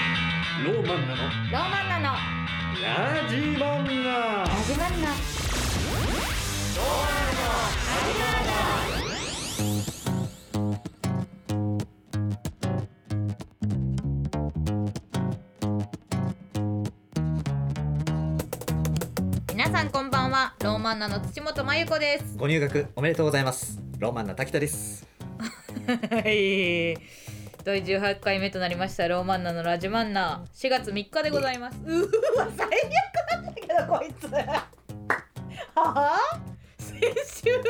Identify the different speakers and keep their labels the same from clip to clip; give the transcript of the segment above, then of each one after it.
Speaker 1: ローマンナの
Speaker 2: ローマンナの
Speaker 1: ラジマンナ
Speaker 2: ラジマンナ皆さんこんばんはローマンナの土本真由子です
Speaker 3: ご入学おめでとうございます。ロマンな滝田です。
Speaker 2: はい第18回目となりましたローマンナのラジマンナ4月3日でございますうーわ最悪なんだけどこいつ はあ先週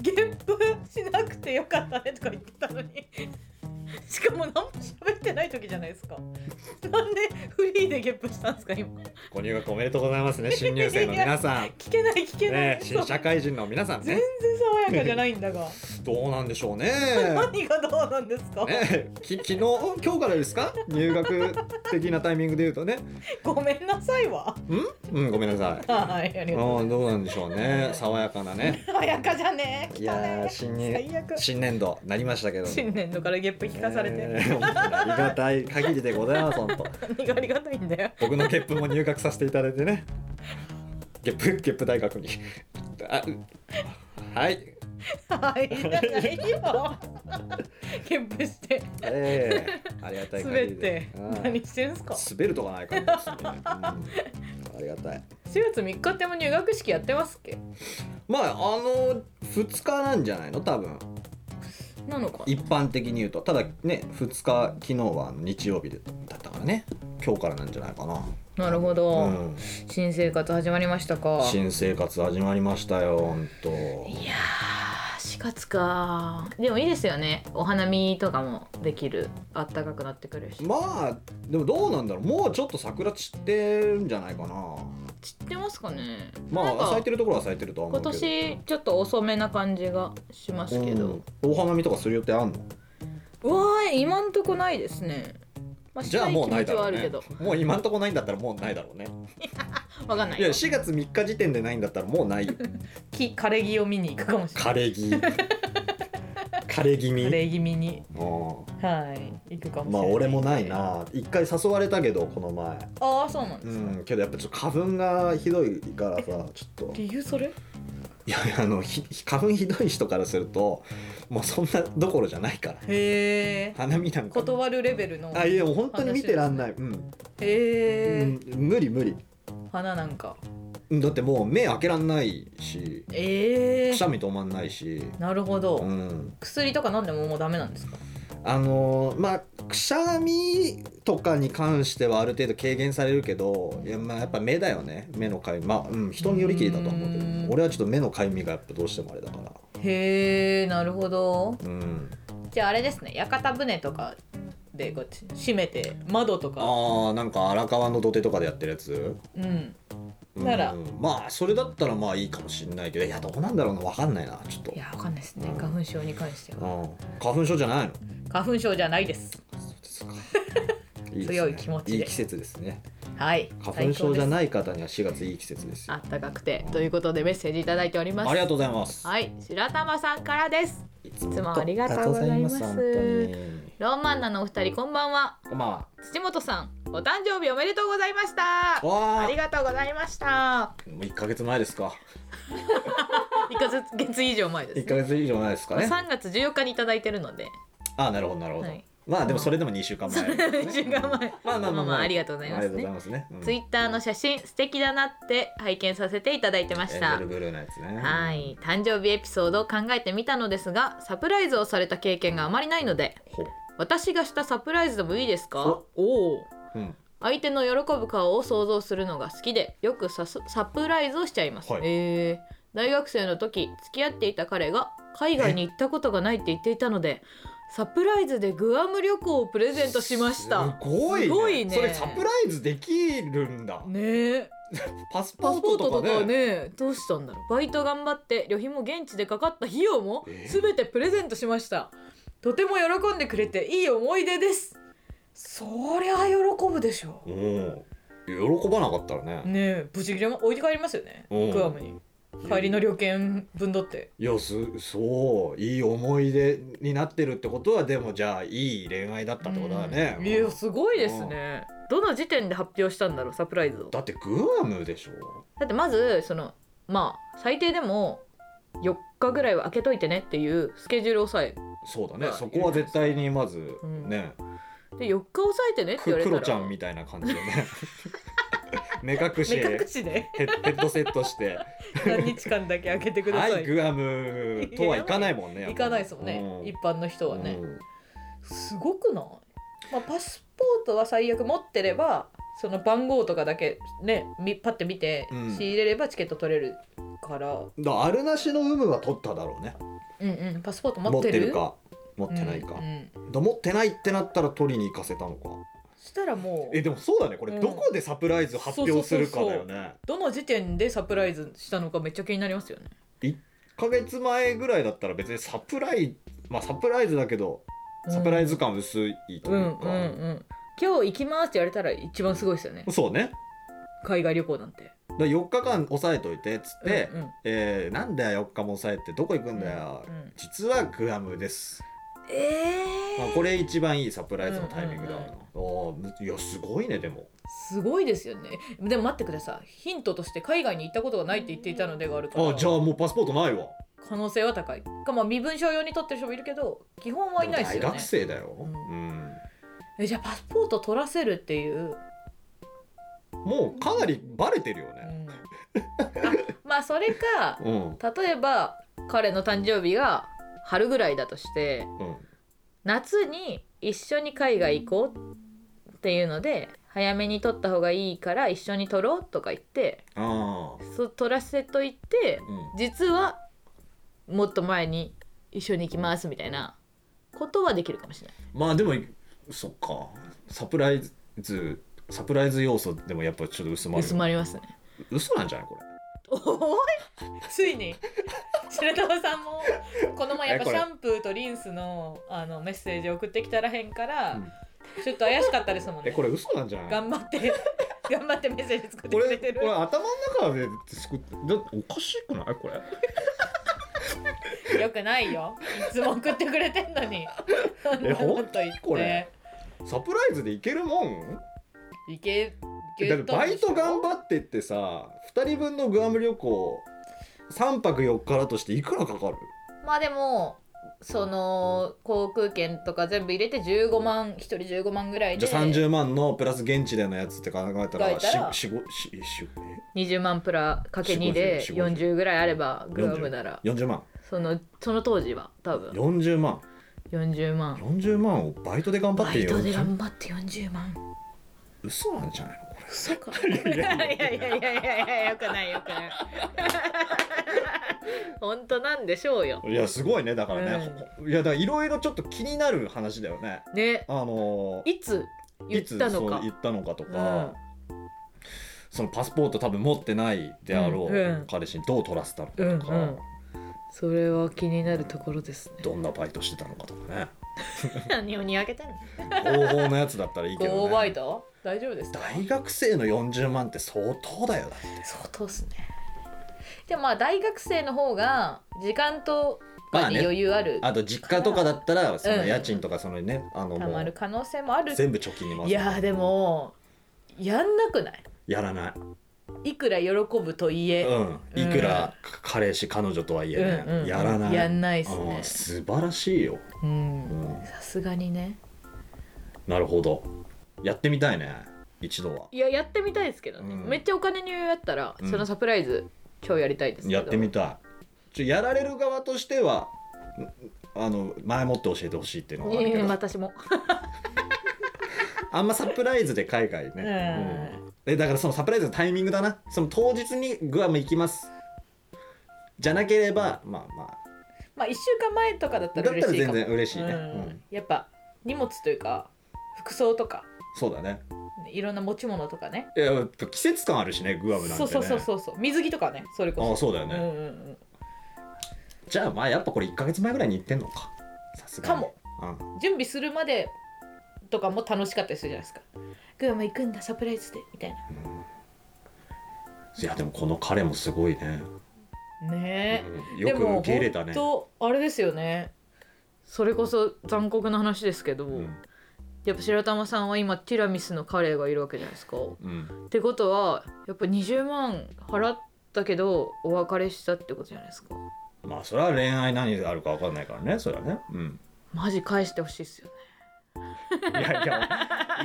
Speaker 2: ゲップしなくてよかったねとか言ってたのにしかも何も喋ってない時じゃないですかなんでフリーでゲップしたんですか今
Speaker 3: ご入学おめでとうございますね。新入生の皆さ ん。
Speaker 2: 聞けない聞けない、
Speaker 3: ね、新社会人の皆さん
Speaker 2: 全
Speaker 3: ね
Speaker 2: 然、爽やかじゃないんだが
Speaker 3: どうなんでしょうね。
Speaker 2: 何がどうなんですか、
Speaker 3: ね、き昨日今日からですか入学的なタイミングで言うとね
Speaker 2: ごめんなさいわ
Speaker 3: うんごめんなさい
Speaker 2: はいあり
Speaker 3: あ
Speaker 2: がとうございます
Speaker 3: ーどうなんでしょうね爽やかなね
Speaker 2: 爽やかじゃねえ
Speaker 3: いやー
Speaker 2: 汚ね
Speaker 3: 新入
Speaker 2: 最悪
Speaker 3: 新年度なりましたけど
Speaker 2: 新年度からゲップ聞かされて、
Speaker 3: えー本当にありがたい限りでございます本当
Speaker 2: 何がありがたいんだよ
Speaker 3: 僕のゲップも入学させていただいてねゲップゲップ大学にあうはい
Speaker 2: はいいらない よゲップして
Speaker 3: ええありがたい限
Speaker 2: 滑っ
Speaker 3: りで
Speaker 2: て
Speaker 3: うん
Speaker 2: 何してんすか
Speaker 3: 滑るとかない感じですね、うんありがたい
Speaker 2: 4月3日っても入学式やってますっけ
Speaker 3: まああの2日なんじゃないの多分
Speaker 2: なのか
Speaker 3: 一般的に言うとただね2日昨日は日曜日だったからね今日からなんじゃないかな、
Speaker 2: なるほど、
Speaker 3: うん、
Speaker 2: 新生活始まりましたか
Speaker 3: 新生活始まりましたよほんと
Speaker 2: いやー4月かでもいいですよねお花見とかもできるあったかくなってくるし
Speaker 3: まあでもどうなんだろうもうちょっと桜散ってるんじゃないかな
Speaker 2: 散ってますかね
Speaker 3: ま
Speaker 2: なん
Speaker 3: あ
Speaker 2: か
Speaker 3: 咲いてるところは咲いてるとは思
Speaker 2: 今
Speaker 3: うけど
Speaker 2: 年ちょっと遅めな感じがしますけど、
Speaker 3: うんお花見とかする予定あんの
Speaker 2: うわー今んとこないですね、ま
Speaker 3: じゃあもうないだろう
Speaker 2: した
Speaker 3: ね
Speaker 2: 気持ちはある。
Speaker 3: もう今んとこないんだったらもうないだろうね。
Speaker 2: けどわかんない
Speaker 3: いや
Speaker 2: よ
Speaker 3: 4月3日時点でないんだったらもう ないよ。
Speaker 2: き枯れ木を見に行くかもしれない
Speaker 3: 枯れ木。枯れ気
Speaker 2: 枯
Speaker 3: 味。
Speaker 2: れ気味に
Speaker 3: う
Speaker 2: はい行くかも
Speaker 3: ん
Speaker 2: しれな
Speaker 3: ま
Speaker 2: い
Speaker 3: あ俺もないな。一回誘われたけどこの前。
Speaker 2: ああそうなんで
Speaker 3: う
Speaker 2: すか、
Speaker 3: んけどやっぱちょっと花粉がひどいからさちょっと
Speaker 2: 理由それ
Speaker 3: いやあのひ花粉ひどい人からするともうそんなどころじゃないから。
Speaker 2: へえ
Speaker 3: 花見なんか。
Speaker 2: 断るレベルの
Speaker 3: あいやもう本当に見てらんない。うん、
Speaker 2: へえ、
Speaker 3: うん無理無理。
Speaker 2: 花なんか
Speaker 3: だってもう目開けらんないし
Speaker 2: ええ
Speaker 3: くしゃみ止まんないし。
Speaker 2: なるほど、
Speaker 3: うん
Speaker 2: 薬とか飲んでももうダメなんですか
Speaker 3: あのーまあくしゃみとかに関してはある程度軽減されるけどいや,、まあ、やっぱ目だよね目のかゆみまあ、うん、人によりきりだとは思うけど
Speaker 2: うん
Speaker 3: 俺はちょっと目のかゆみがやっぱどうしてもあれだから
Speaker 2: へえなるほど
Speaker 3: うん
Speaker 2: じゃああれですね屋形船とかでこうやって閉めて窓とか
Speaker 3: あーなんか荒川の土手とかでやってるやつ、
Speaker 2: うん
Speaker 3: うん
Speaker 2: なら
Speaker 3: まあそれだったらまあいいかもしんないけどいやどうなんだろうな分かんないなちょっと
Speaker 2: いやわかんないですね
Speaker 3: うん
Speaker 2: 花粉症に関しては
Speaker 3: うん、花粉症じゃないの
Speaker 2: 花粉症じゃないです
Speaker 3: そうですかいいですね
Speaker 2: 強い気持ちで
Speaker 3: いい季節ですね
Speaker 2: はい
Speaker 3: 花粉症じゃ
Speaker 2: い
Speaker 3: ない方には4月いい季節ですよ
Speaker 2: あったかくてということでメッセージいただいております
Speaker 3: ありがとうございます
Speaker 2: はい白玉さんからです
Speaker 3: い
Speaker 2: いつもありがとうございます
Speaker 3: ありがとうございます本
Speaker 2: ローマンナのお二人こんばんは
Speaker 3: 当にこんばんは。
Speaker 2: 土本さんお誕生日おめでとうございましたあ
Speaker 3: わ
Speaker 2: りがとうございました
Speaker 3: あ、もう一ヶ月前ですか。
Speaker 2: 一ヶ月月以上前です、
Speaker 3: 一
Speaker 2: ね
Speaker 3: ヶ月以上前ですかね。
Speaker 2: 3月14日にいただいてるので
Speaker 3: あ、なるほどなるほど。
Speaker 2: はい
Speaker 3: まあでもそれでも二週間前。
Speaker 2: 2週間前
Speaker 3: まあまあまあ、
Speaker 2: まあまあありがとうございま
Speaker 3: あ
Speaker 2: すね
Speaker 3: りがとうございますね。
Speaker 2: ツイッターの写真素敵だなって拝見させていただいてま
Speaker 3: ッ
Speaker 2: し
Speaker 3: エン
Speaker 2: た
Speaker 3: ジェルブルーのやつね。
Speaker 2: はい誕生日エピソードを考えてみたのですがサプライズをされた経験があまりないので
Speaker 3: ほう。
Speaker 2: 私がしたサプライズでもいいですかおお
Speaker 3: うん。
Speaker 2: 相手の喜ぶ顔を想像するのが好きでよくさすサプライズをしちゃいます、
Speaker 3: はい
Speaker 2: えー大学生の時付き合っていた彼が海外に行ったことがないって言っていたのでサプライズでグアム旅行をプレゼントしました
Speaker 3: すごいね。
Speaker 2: すごいね
Speaker 3: それサプライズできるんだ。
Speaker 2: ねえ
Speaker 3: パスポ
Speaker 2: パ
Speaker 3: ー
Speaker 2: ス
Speaker 3: ト
Speaker 2: ポート
Speaker 3: と
Speaker 2: と
Speaker 3: かね。
Speaker 2: かねどうしたんだろうバイト頑張って旅費も現地でかかった費用も全てプレゼントしましたとても喜んでくれていい思い出ですそりゃ喜ぶでしょ
Speaker 3: おお。喜ばなかったらね。
Speaker 2: ねえブチ切れも置いて帰りますよね
Speaker 3: うん
Speaker 2: グアムに帰りの旅券分取って
Speaker 3: いやすそういい思い出になってるってことはでもじゃあいい恋愛だったってことだね。
Speaker 2: うんいやすごいですね
Speaker 4: どの時点で発表したんだろうサプライズを
Speaker 3: だってグアムでしょ
Speaker 4: だってまずそのまあ最低でも4日ぐらいは開けといてねっていうスケジュールを押さ
Speaker 3: そうだね、
Speaker 4: まあ
Speaker 3: そこは絶対にまず
Speaker 4: うん
Speaker 3: ね、
Speaker 4: えで4日押さえてねって言
Speaker 3: く
Speaker 4: われ
Speaker 3: ク
Speaker 4: たら
Speaker 3: ロちゃんみたいな感じで ね目隠し
Speaker 4: 目
Speaker 3: ヘ
Speaker 4: 隠しで
Speaker 3: ッヘッドセットして
Speaker 4: 何日間だけ開け てください、
Speaker 3: はいグアムとはいかないもんねやっ
Speaker 4: 行
Speaker 3: ぱ
Speaker 4: か
Speaker 3: り
Speaker 4: ないですもんね、
Speaker 3: うん
Speaker 4: 一般の人はね、
Speaker 3: うん
Speaker 4: すごくない、まあ、パスポートは最悪持ってればその番号とかだけねみパッて見て
Speaker 3: うん
Speaker 4: 仕入れればチケット取れるから、うん、
Speaker 3: だからあるなしの有無は取っただろうね
Speaker 4: うんパスポート持
Speaker 3: 持
Speaker 4: っ
Speaker 3: ってて
Speaker 4: る
Speaker 3: るか持ってないか
Speaker 4: うん、うん
Speaker 3: だ持ってないってなったら取りに行かせたのか
Speaker 4: したらもう
Speaker 3: えでもそうだねこれ
Speaker 4: うん
Speaker 3: どこでサプライズ発表するかだよね
Speaker 4: どの時点でサプライズしたのかめっちゃ気になりますよね
Speaker 3: 1ヶ月前ぐらいだったら別にサプライまあサプライズだけどサプライズ感薄いと
Speaker 4: う
Speaker 3: いう
Speaker 4: んうんう
Speaker 3: か、
Speaker 4: ん今日行きますって言われたら一番すごいですよね
Speaker 3: そうね
Speaker 4: 海外旅行なんて
Speaker 3: だから4日間押さえといてっつって、
Speaker 4: うんうん
Speaker 3: えーなんだよ4日も押さえてどこ行くんだよ、
Speaker 4: うんうん
Speaker 3: 実はグアムです、
Speaker 4: え
Speaker 3: まあ、
Speaker 4: ー
Speaker 3: これ一番いいサプライズのタイミングだ
Speaker 4: うんうん
Speaker 3: な、おーむいやすごいねでも
Speaker 4: すごいですよねでも待ってくださいヒントとして海外に行ったことがないって言っていたのでがあるから
Speaker 3: あじゃあもうパスポートないわ
Speaker 4: 可能性は高いかまあ身分証用に取ってる人もいるけど基本はいないです
Speaker 3: でも
Speaker 4: よ
Speaker 3: 大
Speaker 4: ね
Speaker 3: 学生だよ、
Speaker 4: うん
Speaker 3: うん
Speaker 4: えじゃあパスポート取らせるっ ていう、
Speaker 3: もうかなりバレてるよ
Speaker 4: う
Speaker 3: ね
Speaker 4: んあまあそれか
Speaker 3: うん
Speaker 4: 例えば彼の誕生日が春ぐらいだとして
Speaker 3: うん
Speaker 4: 夏に一緒に海外行こうっていうので早めに取った方がいいから一緒に取ろうとか言って
Speaker 3: あ
Speaker 4: そ取らせといて
Speaker 3: ーうん
Speaker 4: 実はもっと前に一緒に行きますみたいなことはできるかもしれない。
Speaker 3: まあでもそっかサプライズサプライズ要素でもやっぱちょっと薄まる
Speaker 4: 薄まり ますね。
Speaker 3: 嘘なんじゃないこれ
Speaker 4: おいついに 白玉さんもこの前や
Speaker 3: え
Speaker 4: っぱ
Speaker 3: こ
Speaker 4: シ
Speaker 3: れ
Speaker 4: ャンプーとリンスのあのメッセージ送ってきたらへんから、
Speaker 3: うん
Speaker 4: ちょっと怪しかったですもん
Speaker 3: え
Speaker 4: ね。
Speaker 3: これ嘘なんじゃない
Speaker 4: 頑張って頑張ってメッセージ作って
Speaker 3: こ
Speaker 4: くれ
Speaker 3: れ
Speaker 4: てる
Speaker 3: これ。頭の中で作ってだっておかしくないこれ
Speaker 4: よくないよ。いつも送ってくれてんの に。そんなこと言って。
Speaker 3: これサプライズでいけるもん
Speaker 4: いけ。いけ
Speaker 3: だってバイト頑
Speaker 4: っ
Speaker 3: 張ってってさ2人分のグアム旅行3泊4日だとしていくらかかる
Speaker 4: まあでも。その航空券とか全部入れて15万1人15万ぐらい
Speaker 3: じ
Speaker 4: で
Speaker 3: ゃあ30万のプラス現地でのやつって考えた
Speaker 4: 考え
Speaker 3: ら
Speaker 4: たら
Speaker 3: ししごしし
Speaker 4: 20万プラかけ2で
Speaker 3: 40
Speaker 4: 40ぐらいあればグラムなら
Speaker 3: 40万
Speaker 4: そのその当時は多分
Speaker 3: 40万
Speaker 4: 40万
Speaker 3: 40万をバイトで頑張っ
Speaker 4: バ
Speaker 3: て
Speaker 4: イトで
Speaker 3: 40
Speaker 4: 頑張って40万
Speaker 3: 嘘なんじゃないのこ
Speaker 4: そうか。い やいやいやいやいやいやよくないよくない。本当なんでしょうよ。
Speaker 3: れいやすごいねだからね、いやだからいろいろちょっと気になる話だよね
Speaker 4: ね、
Speaker 3: あのー
Speaker 4: いつ言った
Speaker 3: い
Speaker 4: の
Speaker 3: つそう
Speaker 4: か
Speaker 3: 言。ったのかと
Speaker 4: うん
Speaker 3: か、そのパスポート多分持ってないであろう、
Speaker 4: うんうん
Speaker 3: 彼氏にどう取らせたのかとか、
Speaker 4: うんうんそれは気になるところですね。
Speaker 3: どんなバイトしてたのかとかね
Speaker 4: 何をにやけてんの。
Speaker 3: 合法のやつだったらいいけど、ね、
Speaker 4: ゴーバイト？大丈夫ですか？
Speaker 3: 大学生の40万って相当だよだ
Speaker 4: 相当ですね。でもまあ大学生の方が時間と
Speaker 3: ま
Speaker 4: か
Speaker 3: あ
Speaker 4: に
Speaker 3: ね
Speaker 4: 余裕ある、
Speaker 3: あと実家とかだったらそ
Speaker 4: うん
Speaker 3: の家賃とかそのね、あの
Speaker 4: た
Speaker 3: も
Speaker 4: まる
Speaker 3: う
Speaker 4: 可能性もある。
Speaker 3: 全部貯金に回
Speaker 4: い
Speaker 3: す
Speaker 4: やーでもやんなくない？
Speaker 3: やらない
Speaker 4: いくら喜ぶとはいえ。
Speaker 3: うん、いくら彼氏彼女とはいえね、
Speaker 4: うんうん
Speaker 3: やらない
Speaker 4: やんないっす
Speaker 3: うん
Speaker 4: ね
Speaker 3: 素晴らしいよ、
Speaker 4: う
Speaker 3: うんん、
Speaker 4: さすがにね
Speaker 3: なるほどやってみたいね一度はい
Speaker 4: ややってみたいですけどね、
Speaker 3: うん
Speaker 4: めっちゃお金に余裕あったら、
Speaker 3: うん
Speaker 4: そのサプライズ超やりたいですけど
Speaker 3: やってみたいちょやられる側としてはんあの前もって教えてほしいっていうのはあるけ
Speaker 4: ええ
Speaker 3: ど、
Speaker 4: 私も
Speaker 3: あんまサプライズで海外ね、
Speaker 4: う
Speaker 3: うんえだからそのサプライズのタイミングだなその当日にグアム行きますじゃなければまあま
Speaker 4: まあ1週間前とかだった
Speaker 3: あ
Speaker 4: ら
Speaker 3: だったら
Speaker 4: 嬉しいか
Speaker 3: 全
Speaker 4: も
Speaker 3: 然嬉しいね、う
Speaker 4: うん
Speaker 3: ん
Speaker 4: やっぱ荷物というか服装とか
Speaker 3: そうだね
Speaker 4: いろんな持ち物とかね
Speaker 3: いややっぱ季節感あるしねグアムなんて
Speaker 4: そう
Speaker 3: ね
Speaker 4: そうそうそうそう水着とかねそれこそ
Speaker 3: ああそうだよね、
Speaker 4: うんうんうん
Speaker 3: じゃあまあやっぱこれ1か月前ぐらいに行ってんのかさすがに
Speaker 4: かも、
Speaker 3: うん、
Speaker 4: 準備するまでとかも楽しかったりするじゃないですかグアム行くんだサプライズでみたい
Speaker 3: いやでもこの彼もすごいね、
Speaker 4: なねえ、
Speaker 3: うんよく受け入れたね
Speaker 4: でも本当あれですよねそれこそ残酷な話ですけど、
Speaker 3: うん
Speaker 4: やっぱ白玉さんは今ティラミスのカレーがいるわけじゃないですか。っ
Speaker 3: うん、
Speaker 4: てことはやっぱ20万払ったけどお別れしたってことじゃないですか。
Speaker 3: まあそれは恋愛何があるか分かんないからねそれはねうん
Speaker 4: マジ返してほしいっすよね。
Speaker 3: い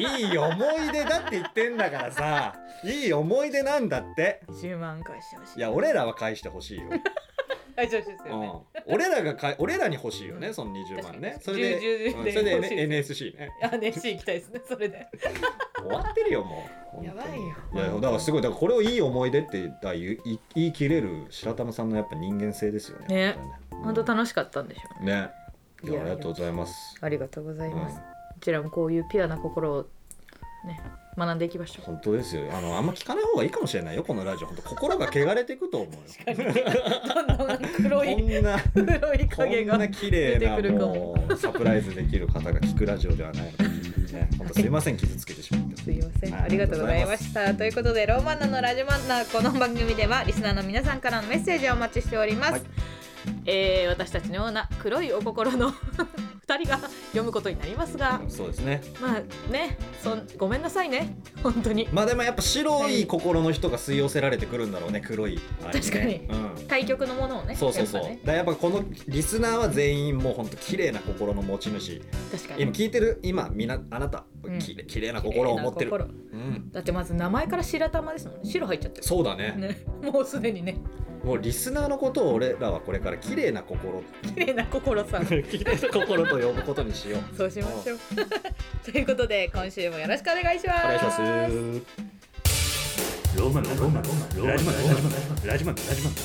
Speaker 3: やいやいい思い出だって言ってんだからさいい思い出なんだって
Speaker 4: 10万返してほしい。
Speaker 3: いや俺らは返してほしいよ、
Speaker 4: 返してほしいっす
Speaker 3: う
Speaker 4: よね。
Speaker 3: ん、俺らがか俺らに欲しいよねその20万ねそれで
Speaker 4: 10
Speaker 3: うん
Speaker 4: で
Speaker 3: それで
Speaker 4: 欲しい
Speaker 3: N- NSC ね
Speaker 4: あ、ね、し行きたいですね。それで。
Speaker 3: 終わってるよもう
Speaker 4: やばいよ
Speaker 3: いやだからすごいだからこれをいい思い出ってだ言い言い切れる白玉さんのやっぱ人間性ですよね
Speaker 4: ね
Speaker 3: 本
Speaker 4: 本
Speaker 3: 当
Speaker 4: 当
Speaker 3: だね
Speaker 4: 楽しかったんでしょ
Speaker 3: う
Speaker 4: うね。
Speaker 3: んねい
Speaker 4: い
Speaker 3: や
Speaker 4: や
Speaker 3: ありがとうございます
Speaker 4: ありがとうございます。
Speaker 3: うん
Speaker 4: こちらもこういうピュアな心をね学んでいきましょう。
Speaker 3: 本当ですよあのあんま聞かない方がいいかもしれないよこのラジオ本当心が汚れていくと思うよ
Speaker 4: どんどん黒
Speaker 3: こ
Speaker 4: い
Speaker 3: んな
Speaker 4: 黒い
Speaker 3: こ
Speaker 4: 影
Speaker 3: ん
Speaker 4: が。
Speaker 3: な綺麗
Speaker 4: 出てく
Speaker 3: な
Speaker 4: るか
Speaker 3: もうサプライズできる方が聞くラジオではないので、ね、本当すいません傷つけてしまって
Speaker 4: すいません、
Speaker 3: はい
Speaker 4: ありがとうございました。ということで、ローマンナのラジマンナー、この番組ではリスナーの皆さんからのメッセージをお待ちしております。
Speaker 3: はい
Speaker 4: えー私たちのような黒いお心の 二人が読むことになりますが、
Speaker 3: そうですね
Speaker 4: まあね、そんごめんなさいね、本当に。
Speaker 3: まあでもやっぱ白い心の人が吸い寄せられてくるんだろうね黒いあれね
Speaker 4: 確かに
Speaker 3: うん
Speaker 4: 対局のものをね、
Speaker 3: そうそうそう、
Speaker 4: やっぱね
Speaker 3: だからやっぱこのリスナーは全員もうほんと綺麗な心の持ち主
Speaker 4: 確かに
Speaker 3: 今。聞いてる今みなあなた
Speaker 4: うん
Speaker 3: きれ綺麗な心を持ってる、
Speaker 4: 綺麗な心
Speaker 3: うん、
Speaker 4: だってまず名前から白玉ですもんね白入っちゃってる
Speaker 3: そうだね
Speaker 4: ね、もうすでにね
Speaker 3: もうリスナーのことを俺らはこれから綺麗な 心
Speaker 4: 綺麗な心さん
Speaker 3: 綺麗な心と呼ぶことにしよう
Speaker 4: そうしましょう ということで今週もよろしくお願いしま
Speaker 3: お
Speaker 4: す
Speaker 3: 願いします
Speaker 2: ローマンだローマンだローマンだラジマンだラジマンだラジマンだラジマンだ